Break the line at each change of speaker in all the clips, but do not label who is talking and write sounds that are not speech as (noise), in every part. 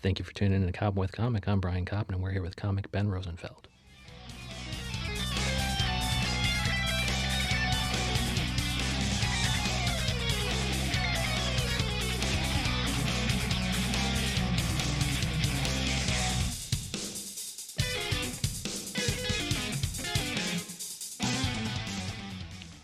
Thank you for tuning in to Cobb with Comic. I'm Brian Cobb, and we're here with comic Ben Rosenfeld.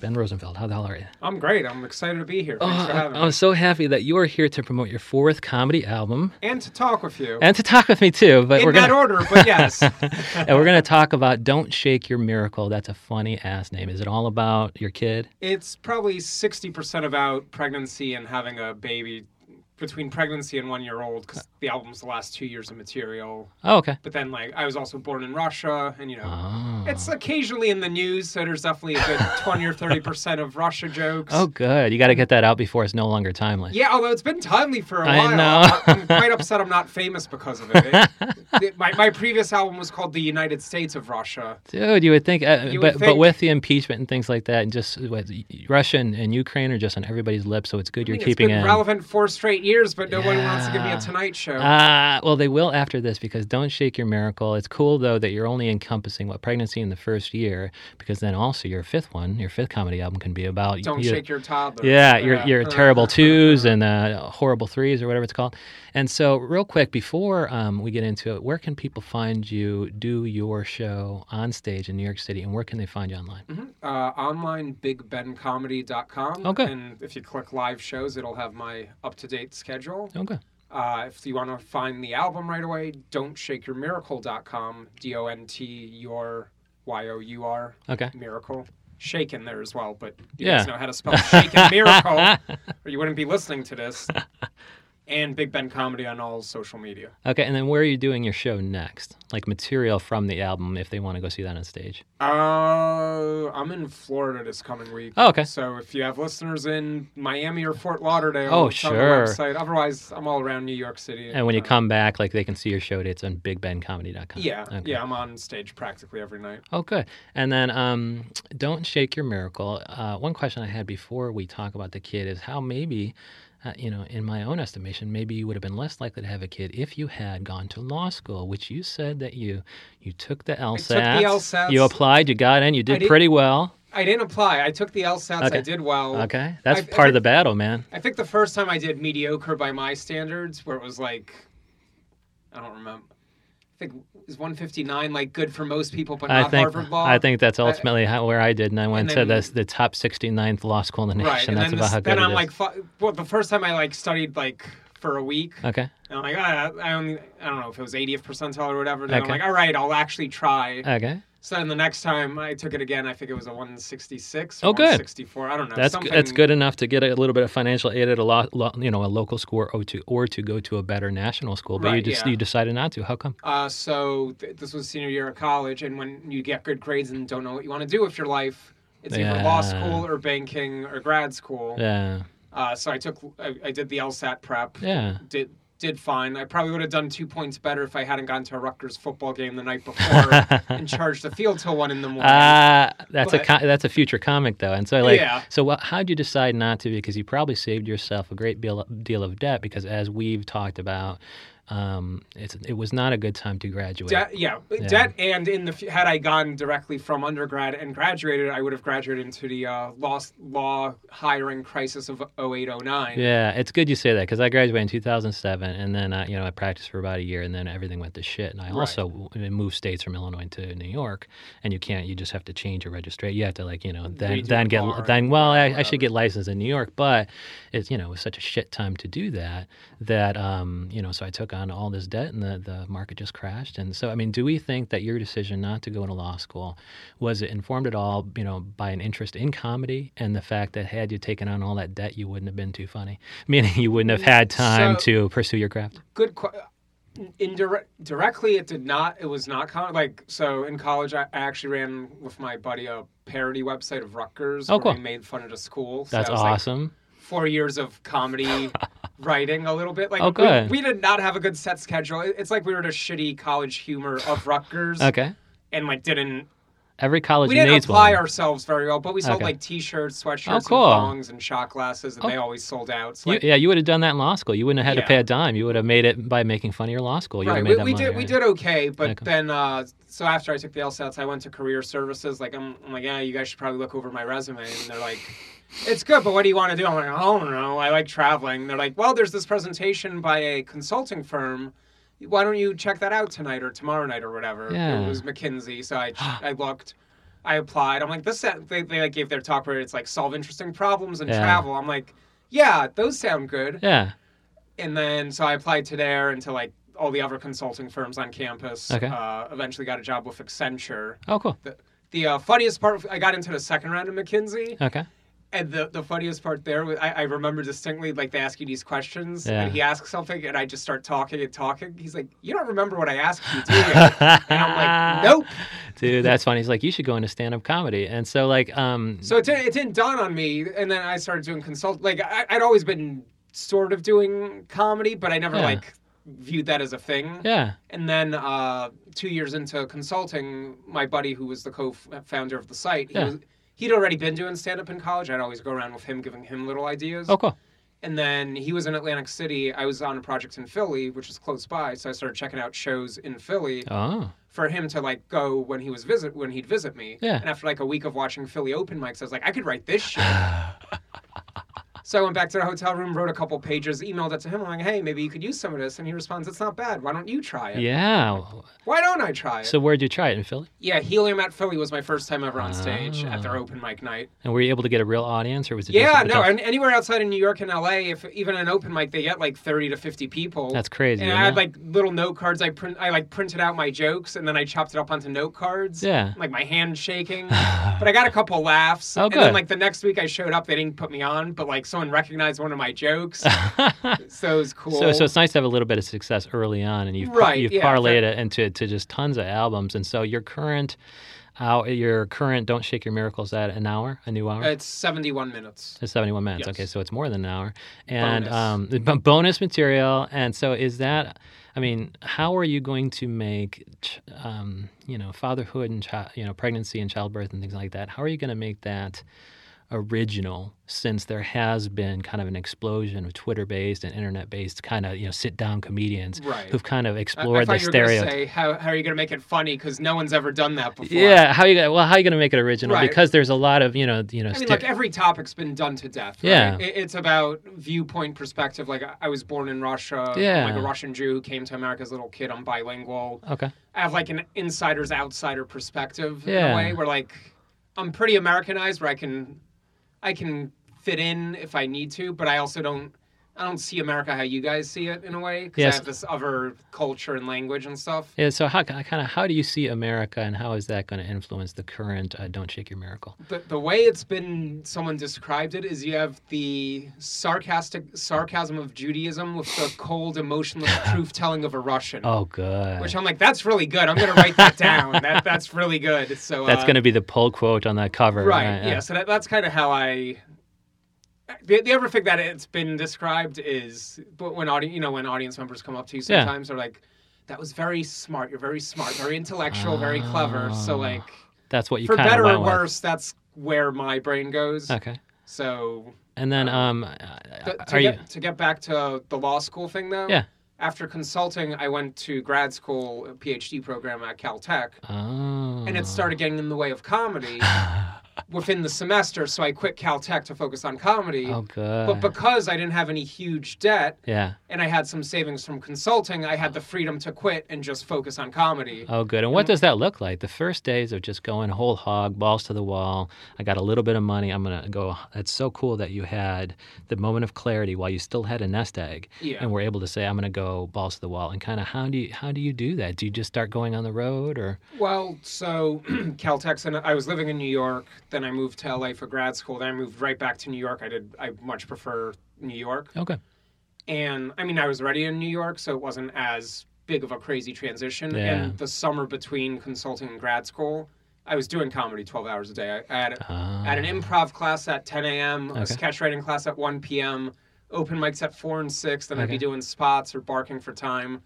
Ben Rosenfeld, how the hell are you?
I'm great. I'm excited to be here.
Oh,
Thanks for having
I'm
me.
so happy that you are here to promote your fourth comedy album
And to talk with you.
and to talk with me too. But
in
we're
that
gonna
order,
(laughs)
but yes.
and we're gonna talk about "Don't Shake Your Miracle." That's a funny ass name. Is it all about your kid?
it's probably 60% about pregnancy and having a baby between pregnancy and one year old because the album's the last two years of material.
Oh, okay.
But then, like, I was also born in Russia, and you know,
Oh,
it's occasionally in the news, so there's
(laughs)
definitely a good 20 or 30% of Russia jokes.
oh, good. You got to get that out before it's no longer timely.
Yeah, although it's been timely for a
I
while.
know. (laughs)
I'm quite upset I'm not famous because of it. It- it- my, my previous album was called The United States of Russia.
Dude, you would think, uh,
You
but
would
but
think.
with the impeachment and things like that, and just what, Russia and, and Ukraine are just on everybody's lips, so it's good you're
I mean,
keeping
it's been
in.
relevant four straight years, but no one wants to give me
Yeah.
a Tonight Show.
Ah, well, they will after this because don't shake your miracle. It's cool though that you're only encompassing what pregnancy in the first year, because then also your fifth one, your fifth comedy album, can be about
Don't
you-
shake your toddler.
Yeah, your your
Uh, (laughs)
terrible twos and uh, horrible threes or whatever it's called. And so, real quick, before um, we get into it, where can people find you? Do your show on stage in New York City, and where can they find you online?
uh, online bigbencomedy.com.
Okay.
And if you click live shows, it'll have my up to date schedule.
Okay.
Uh, if you want to find the album right away, don't shake your miracle.com. D O N T your Y O U R
Okay.
miracle. Shaken there as well, but you
Yeah.
guys know how to spell shaken
(laughs)
miracle, or you wouldn't be listening to this. And Big Ben Comedy on all social media.
Okay, and then where are you doing your show next? Like material from the album, if they want to go see that on stage.
Uh, I'm in Florida this coming week.
Oh, okay.
So if you have listeners in Miami or Fort Lauderdale,
Oh,
it's on the
sure.
website. Otherwise, I'm all around New York City.
And when you
uh,
come back, like they can see your show dates on BigBenComedy.com.
yeah,
Okay.
yeah, I'm on stage practically every night.
Oh, good. And then, um, don't shake your miracle. Uh, one question I had before we talk about the kid is how maybe, uh, you know, in my own estimation, maybe you would have been less likely to have a kid if you had gone to law school, which you said that you you took the LSAT.
took the LSATs.
You applied. You got in. You did
did-
pretty well.
I didn't apply. I took the LSATs.
Okay.
I did well.
Okay, that's
I've-
part of
I've-
the battle, man.
I think the first time I did mediocre by my standards, where it was like, I don't remember. I think it was 159 like good for most people, but
I
not
think
Harvard law.
I think that's ultimately how, where I did, and I went
then-
to the the top 69th law school in the
right.
nation.
And
that's
then,
about
this,
how
then
good
I'm
it
like,
is.
fu- well, the first time I like studied like for a week,
okay,
and I'm like, ah, I only, I don't know if it was 80th percentile or whatever. Then
Okay.
I'm like, all right, I'll actually try.
okay,
so then the next time I took it again, I think it was a 166 or
Oh, good.
164. I don't know.
that's g-
something,
that's good enough to get a little bit of financial aid at a lot, you know, a local school or to or to go to a better national school, but you
Right,
just
yeah.
you decided not to. How come?
Uh, so th- this was senior year of college, and when you get good grades and don't know what you want to do with your life, it's either law
Yeah.
school or banking or grad school.
Yeah,
Uh, so I took, I, I did the LSAT prep.
yeah.
Did did fine. I probably would have done two points better if I hadn't gone to a Rutgers football game the
(laughs)
night before and charged the field till one in the morning.
Ah, that's a
But-
co- that's a future comic though, and so like,
Yeah.
so wh- how'd you decide not to? Because you probably saved yourself a great deal deal of debt. Because as we've talked about, um, it's it was not a good time to graduate.
Debt, yeah,
Yeah.
debt, and in the fu- had I gone directly from undergrad and graduated, I would have graduated into the uh, law law hiring crisis of 0809.
Yeah, it's good you say that because I graduated in 2007, and then I, you know I practiced for about a year, and then everything went to shit. And I
Right.
also w- moved states from Illinois to New York, and you can't. You just have to change your registration. You have to like you know then
Redo
then
the
get
bar and
then well I, I
whatever.
should get licensed in New York, but it's you know it was such a shit time to do that that um you know so I took on all this debt, and the the market just crashed. And so I mean, do we think that your decision not to go to law school was it informed at all you know by an interest in comedy and the fact that had you taken on all that debt, you wouldn't have been too funny? (laughs) meaning you wouldn't have had time
Mm, So-
to pursue your craft.
good qu- indirect directly it did not it was not common like so in college I, I actually ran with my buddy a parody website of Rutgers
Oh,
where
cool.
we made fun of the school so
That's
that was
awesome.
like four years
(laughs)
of comedy writing a little bit like
Oh,
we-
good.
We, did not have a good set schedule It- it's like we were the shitty college humor of Rutgers
okay.
and like didn't
every college
we didn't
needs
apply
one.
ourselves very well, but we sold
Okay. Oh,
like T-shirts, sweatshirts,
cool.
and thongs, and shot glasses, and
Oh.
they always sold out. So
You-
like,
yeah, you would have done that in law school. You wouldn't have had
Yeah.
to pay a dime. You would have made it by making fun of your law school. You
right,
would have made
we, we
that
did
money.
we did okay, but
Okay.
then uh, so after I took the LSATs, I went to career services. Like I'm, I'm like, yeah, you guys should probably look over my resume, and they're like. It's good, but what do you want to do? I'm like, oh no, I like traveling. And They're like, well, there's this presentation by a consulting firm. Why don't you check that out tonight or tomorrow night or whatever?
Yeah.
It was McKinsey,
(gasps)
so I I looked, I applied. I'm like, this sound- they, they like gave their talk where it's like solve interesting problems and
Yeah.
travel. I'm like, yeah, those sound good.
Yeah.
And then so I applied to there and to like all the other consulting firms on campus.
Okay.
Uh, eventually got a job with Accenture.
Oh, cool.
The uh, funniest part, I got into the second round of McKinsey,
Okay.
and the, the funniest part there, was, I, I remember distinctly, like they ask you these questions,
Yeah.
and he asks something, and I just start talking and talking. He's like, "You don't remember what I asked you, do you?" and I'm
(laughs)
like, "Nope."
Dude, that's funny. He's like, you should go into stand up comedy. And so, like, um,
So it, didn't- it didn't dawn on me, and then I started doing consult. Like I, I'd always been sort of doing comedy, but I never
Yeah.
like viewed that as a thing.
yeah.
And then uh, two years into consulting, my buddy who was the co-founder of the site, he
Yeah.
was, he'd already been doing stand-up in college. I'd always go around with him, giving him little ideas.
Oh, cool.
And then he was in Atlantic City. I was on a project in Philly, which is close by, so I started checking out shows in Philly
Oh,
for him to like go when he was visit when he'd visit me.
Yeah.
And after like a week of watching Philly open mics, I was like, I could
(laughs)
write this shit. so I went back to the hotel room, wrote a couple pages, emailed it to him. I'm like, hey, maybe you could use some of this. And he responds, it's not bad. Why don't you try it?
yeah.
Why don't I try it?
So, where'd you try it in Philly?
yeah, Helium at Philly was my first time ever on stage
Ah.
at their open mic night.
And were you able to get a real audience, or was it?
Yeah,
just
no, and anywhere outside of New York and LA, if even an open mic, they get like thirty to fifty people.
That's crazy,
And
isn't
I had
it?
like little note cards. I print, I like printed out my jokes, and then I chopped it up onto note cards.
Yeah.
like my
(sighs)
hand shaking. but I got a couple laughs.
Oh,
and then
good.
like the next week, I showed up. They didn't put me on, but like someone recognized one of
(laughs)
my jokes, so it was cool.
So, so it's nice to have a little bit of success early on, and you've par-
Right,
you've
yeah,
parlayed it into to just tons of albums. And so your current, out your current "Don't Shake Your Miracles" at an hour, a new hour.
it's seventy-one minutes.
It's 71 minutes.
Yes.
Okay, so it's more than an hour. And
Bonus.
um, (laughs) b- bonus material. And so is that, I mean, how are you going to make, ch- um, you know, fatherhood and, chi- you know, pregnancy and childbirth and things like that, how are you going to make that original since there has been kind of an explosion of Twitter-based and internet-based kind of, you know, sit-down comedians
Right.
who've kind of
I- I
explored the
thought you were gonna
stereotype.
Say, how, how are you going to make it funny? Because no one's ever done that before.
Yeah, how you gonna well how you gonna make it original
Right.
because there's a lot of you know you know
I mean,
stere-
like every topic's been done to death. Right?
Yeah.
It- it's about viewpoint perspective. Like I- I was born in Russia.
Yeah.
I'm like a Russian Jew who came to America as a little kid. I'm bilingual.
okay
I have like an insider's outsider perspective in
Yeah.
a way where like I'm pretty Americanized, where I can I can fit in if I need to, but I also don't. I don't see America how you guys see it in a way because
Yes.
I have this other culture and language and stuff.
Yeah. So how kind of how do you see America, and how is that going to influence the current uh, "Don't Shake Your Miracle"?
The, the way it's been someone described it is you have the sarcastic sarcasm of Judaism with
(laughs)
the cold emotionless truth telling of a Russian.
Oh, good.
Which I'm like, that's really good. I'm gonna write that down. that that's really good. So
That's
uh,
going to be the pull quote on that cover.
right.
right? Uh,
yeah. So that, that's kind of how I. The, the other thing that it's been described is, but when audience, you know, when audience members come up to you
Yeah.
sometimes, they're like, "That was very smart. You're very smart, very intellectual, very clever." So like,
That's what Ah, you
for
kind
better
of
or
went with.
worse, that's where my brain goes.
Okay.
So
And then, um,
Th-
are
Uh, to,
you?
get, to get back to the law school thing, though,
Yeah.
after consulting, I went to grad school, a PhD program at Caltech,
Oh.
and it started getting in the way
(laughs)
of comedy within the semester. So I quit Caltech to focus on comedy.
Oh, good.
But because I didn't have any huge debt
yeah.
and I had some savings from consulting, I had the freedom to quit and just focus on comedy.
Oh, good. And what does that look like? The first days of just going whole hog, balls to the wall. I got a little bit of money. I'm going to go. It's so cool that you had the moment of clarity while you still had a nest egg
Yeah.
and were able to say, I'm going to go balls to the wall. And kind of how do you how do you do that? Do you just start going on the road or?
Well, so (clears throat) Caltech, and I was living in New York. Then I moved to LA for grad school. Then I moved right back to New York. I did. I much prefer New York.
Okay.
and I mean, I was already in New York, so it wasn't as big of a crazy transition.
Yeah.
And the summer between consulting and grad school, I was doing comedy 12 hours a day. I, I had,
Ah,
I had an
Uh-huh.
improv class at 10 a.m., a sketch writing class at 1 p.m., open mics at 4 and 6, then I'd be
Okay.
doing spots or barking for time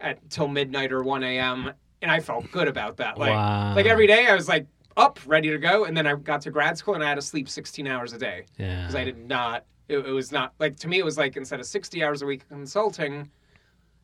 at till midnight or 1 a.m. And I felt good about that. Like,
Wow. Um,
like every day I was like, up, ready to go, and then I got to grad school and I had to sleep 16 hours a day
Yeah.
because I did not. It, it was not like to me. It was like instead of 60 hours a week of consulting,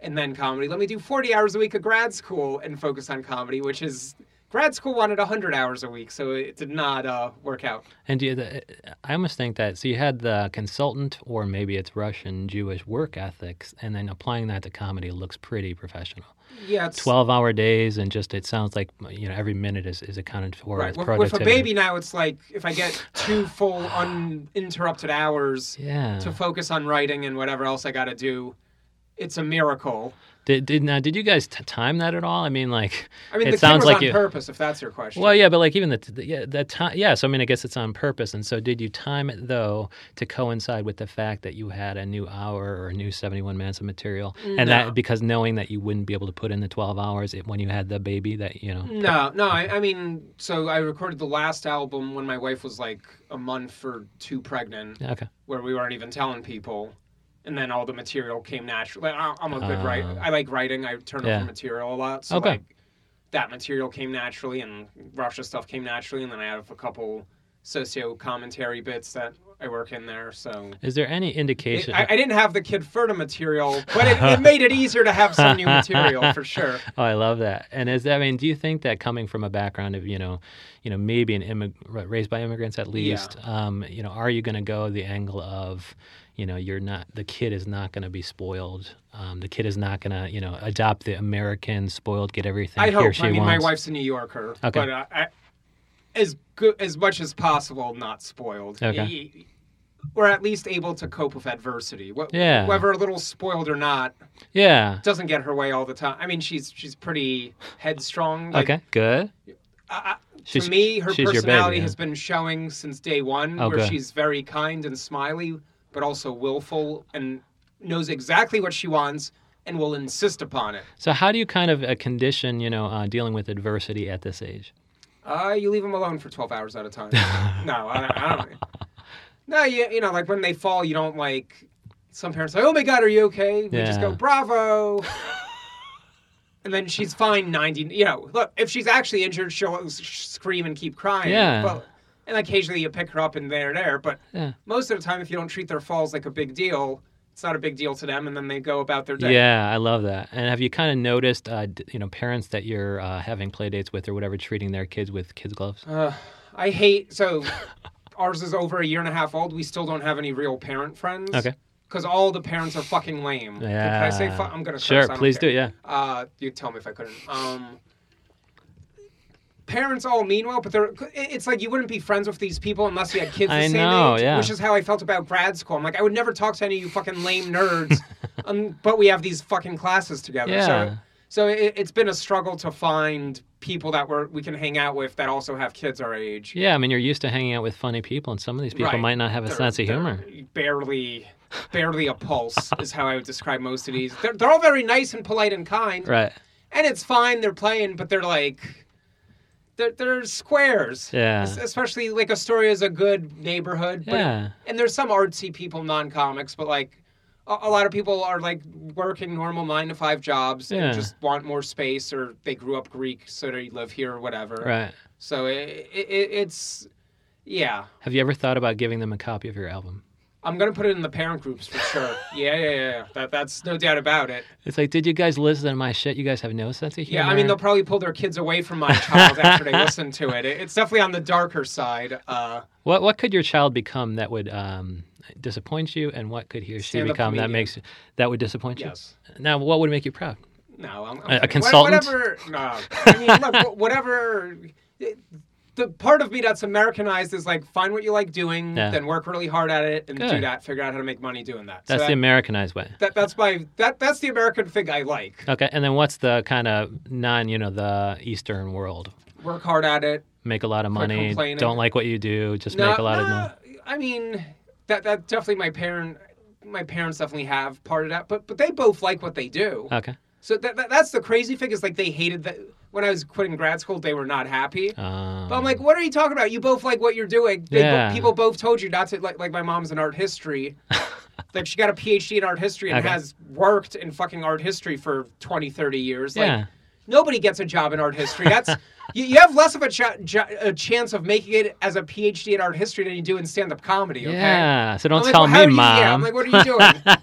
and then comedy, let me do 40 hours a week of grad school and focus on comedy, which is grad school wanted 100 hours a week, so it did not uh, work out.
And do you, the, I almost think that so you had the consultant, or maybe it's Russian Jewish work ethics, and then applying that to comedy looks pretty professional.
Yeah, it's,
Twelve-hour days, and just it sounds like you know every minute is, is accounted for.
right.
It's
With, with a
productivity.
baby now, it's like if I get
(sighs)
two full uninterrupted hours
Yeah.
to focus on writing and whatever else I got to do, it's a miracle.
Did, did now did you guys t- time that at all? I mean, like
I mean,
it
the kid
sounds
was
like
on
you.
purpose, if that's your question.
Well, yeah, but like even the, the yeah that time yeah. So I mean, I guess it's on purpose. And so did you time it though to coincide with the fact that you had a new hour or a new seventy-one minutes of material, and
No.
that because knowing that you wouldn't be able to put in the twelve hours it, when you had the baby, that you know.
No, no. I, I mean, so I recorded the last album when my wife was like a month or two pregnant,
Okay.
where we weren't even telling people, and then all the material came naturally. I, I'm a good
Ah.
writer. I like writing. I turn
Yeah.
over material a lot, so
Okay.
like that material came naturally, and Russia stuff came naturally, and then I have a couple socio commentary bits that I work in there. So
Is there any
it,
indication?
I, I didn't have the Kid Furta material, but it, it made it easier to
(laughs)
have some new material for sure.
Oh, I love that. And is I mean, do you think that coming from a background of you know, you know, maybe an immig- raised by immigrants at least, um, you know, are you going to go the angle of, you know, you're not the kid is not going to be spoiled. Um, the kid is not going to you know adopt the American spoiled get everything
I
he or
hope.
she
I mean,
wants.
my wife's a New Yorker,
Okay.
but uh, I, as good as much as possible, not spoiled.
Okay.
Y- y- We're at least able to cope with adversity. Wh-
Yeah.
Whether a little spoiled or not,
yeah.
doesn't get her way all the time. I mean, she's she's pretty headstrong. Like,
okay. Good.
I- I-
She's-
to me, her
she's your baby,
personality
yeah.
has been showing since day one,
Oh,
where
good.
she's very kind and smiley, but also willful and knows exactly what she wants and will insist upon it.
So how do you kind of uh, condition you know uh, dealing with adversity at this age?
Uh, you leave them alone for 12 hours at
(laughs)
a time. no, I don't. I don't no, you, you know, like when they fall, you don't like. Some parents are like, oh my God, are you okay? We just go,
Yeah. (laughs)
bravo. and then she's fine 90. You know, look, if she's actually injured, she'll s- scream and keep crying.
Yeah.
But, and occasionally you pick her up and there, there. But
Yeah.
most of the time, if you don't treat their falls like a big deal, it's not a big deal to them. And then they go about their day.
Yeah, I love that. And have you kind of noticed, uh, d- you know, parents that you're uh, having play dates with or whatever, treating their kids with kids gloves?
Uh, I hate so. ours is over a year and a half old. We still don't have any real parent friends.
Okay.
Because all the parents are fucking lame. Can- Can I say
Yeah.
fu- I'm gonna curse,
Sure,
I don't
please
care.
do. Yeah.
Uh, you tell me if I couldn't. Um. Parents all mean well, but they're. It's like you wouldn't be friends with these people unless you had kids the
I
same
know,
age.
yeah.
Which is how I felt about grad school. I'm like, I would never talk to any of you fucking lame nerds,
(laughs)
um, but we have these fucking classes together.
Yeah.
So, so it, it's been a struggle to find people that we're, we can hang out with that also have kids our age.
Yeah, I mean, you're used to hanging out with funny people, and some of these people
Right.
might not have a
They're-
sense of
they're
humor.
Barely, barely
(laughs)
a pulse is how I would describe most of these. They're, they're all very nice and polite and kind,
Right.
and it's fine. They're playing, but they're like, they're they're squares.
Yeah.
Es- Especially like Astoria is a good neighborhood, but
Yeah.
and there's some artsy people, non-comics, but like. A a lot of people are like working normal nine to five jobs
Yeah.
and just want more space, or they grew up Greek, so they live here or whatever.
Right.
So it, it, it's, yeah.
Have you ever thought about giving them a copy of your album?
I'm gonna put it in the parent groups
(laughs)
for sure. yeah, yeah, yeah, yeah. That, that's no doubt about it.
It's like, did you guys listen to my shit? You guys have no sense of humor.
Yeah, I mean they'll probably pull their kids away from my child after they listen to it. It- It's definitely on the darker side. Uh,
What What could your child become that would um, disappoint you, and what could he or she
Stand-up
become that
comedian.
makes that would disappoint you?
yes.
Now, what would make you proud?
No. I'm,
A-
I'm
a
kidding. Wha-
consultant?
Whatever. No. I mean, look, wha- whatever. it- The part of me that's Americanized is like find what you like doing,
Yeah.
then work really hard at it, and do
Good.
that. Figure out how to make money doing that.
That's
so
the
that,
Americanized way.
that, that's my that that's the American thing I like.
Okay, and then what's the kind of non, you know, the Eastern world?
Work hard at it,
Make a lot of
Quit
money.
complaining.
Don't like what you do. Just
No,
make a lot of
no,
no.
I mean, that that definitely my parent, my parents definitely have part of that. But but they both like what they do.
Okay.
so that, that that's the crazy thing is like they hated that when I was quitting grad school, they were not happy.
Um,
But I'm like, what are you talking about? You both like what you're doing. They bo-
Yeah.
people both told you not to like. Like my mom's in art
(laughs)
history. Like she got a PhD in art history and
Okay.
has worked in fucking art history for 20, 30 years. Like,
yeah.
Nobody gets a job in art
(laughs)
history. That's you, you have less of a, cha- jo- a chance of making it as a PhD in art history than you do in stand up comedy. Okay.
Yeah. So don't
I'm like,
tell
"Well, how
me,
do you- yeah, I'm
mom.
like, what are you
(laughs)
doing?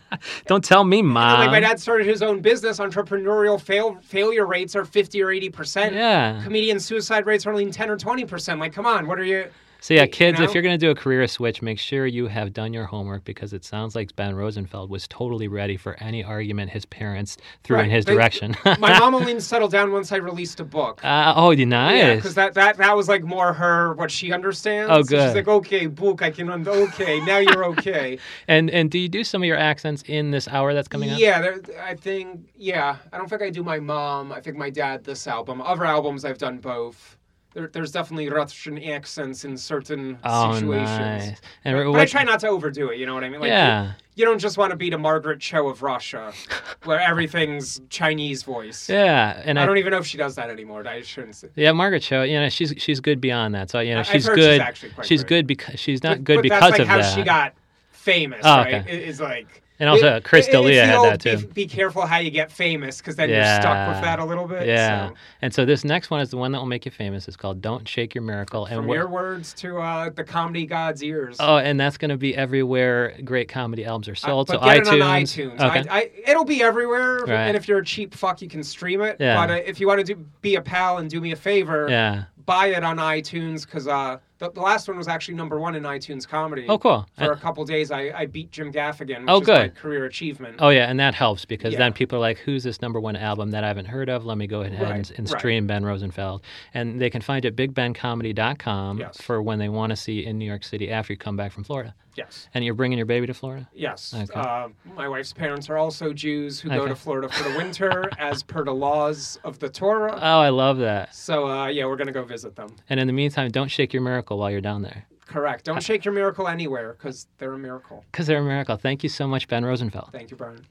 don't tell me, mom.
like my dad started his own business. Entrepreneurial fail- failure rates are fifty or eighty percent.
yeah.
Comedian suicide rates are only ten or twenty percent. Like, come on, what are you?
So yeah,
You
kids,
know?
if you're going to do a career switch, make sure you have done your homework because it sounds like Ben Rosenfeld was totally ready for any argument his parents threw
Right.
in his
They- (laughs)
direction.
My mom only settled down once I released a book.
(laughs) uh, oh, you nice.
Yeah, because that, that that was like more her what she understands.
Oh,
So she's
good.
like, okay, book, I can under okay. Now you're
(laughs)
okay.
and and do you do some of your accents in this hour that's coming up?
yeah, there, I think yeah. I don't think I do my mom. I think my dad. This album, other albums, I've done both. There, there's definitely Russian accents in certain
Oh,
situations.
nice. And
But I try not to overdo it. You know what I mean? Like,
yeah.
You, you don't just want to be the Margaret Cho of Russia, where everything's Chinese voice.
yeah. And
I
I,
don't even know if she does that anymore. I shouldn't. Say.
yeah, Margaret Cho, you know, she's she's good beyond that. So you know,
I've
she's
heard she's
good.
actually quite
she's
good.
good because she's not
But-
good
but
because
that's like
of
how
that.
she got famous,
Oh,
right?
okay.
It- It's like
And also,
it-
Chris
it- it's
D'Elia
the
had
old
that, too.
Be, be careful how you get famous, because then you're stuck
Yeah.
with that a little bit.
yeah.
so.
And so this next one is the one that will make you famous. It's called "Don't Shake Your Miracle." And
From
what-
your words to uh, the comedy god's ears.
Oh, and that's going to be everywhere great comedy albums are sold.
Uh, but
so
get
iTunes.
it on iTunes.
Okay.
I, I, it'll be everywhere,
Right.
and if you're a cheap fuck, you can stream it.
Yeah.
But uh, if you want to do, be a pal and do me a favor,
yeah.
buy it on iTunes because uh, the, the last one was actually number one in iTunes comedy.
Oh, cool.
For a couple days, I, I beat Jim Gaffigan. Which
Oh,
is my
good.
career achievement.
Oh yeah, and that helps because
Yeah.
then people are like, "Who's this number one album that I haven't heard of? Let me go ahead and,
Right,
and
right.
stream Ben Rosenfeld." And they can find it at bigbencomedy.com
Yes.
for when they want to see you in New York City after you come back from Florida.
Yes.
And you're bringing your baby to Florida.
Yes.
Okay.
Uh, my wife's parents are also Jews who go
Okay.
to Florida for
(laughs)
the winter as per the laws of the Torah.
Oh, I love that.
So, uh, yeah, we're going to go visit them.
And in the meantime, don't shake your miracle while you're down there
Correct. Don't shake your miracle anywhere because they're a miracle.
because they're a miracle. Thank you so much, Ben Rosenfeld.
Thank you, Brian.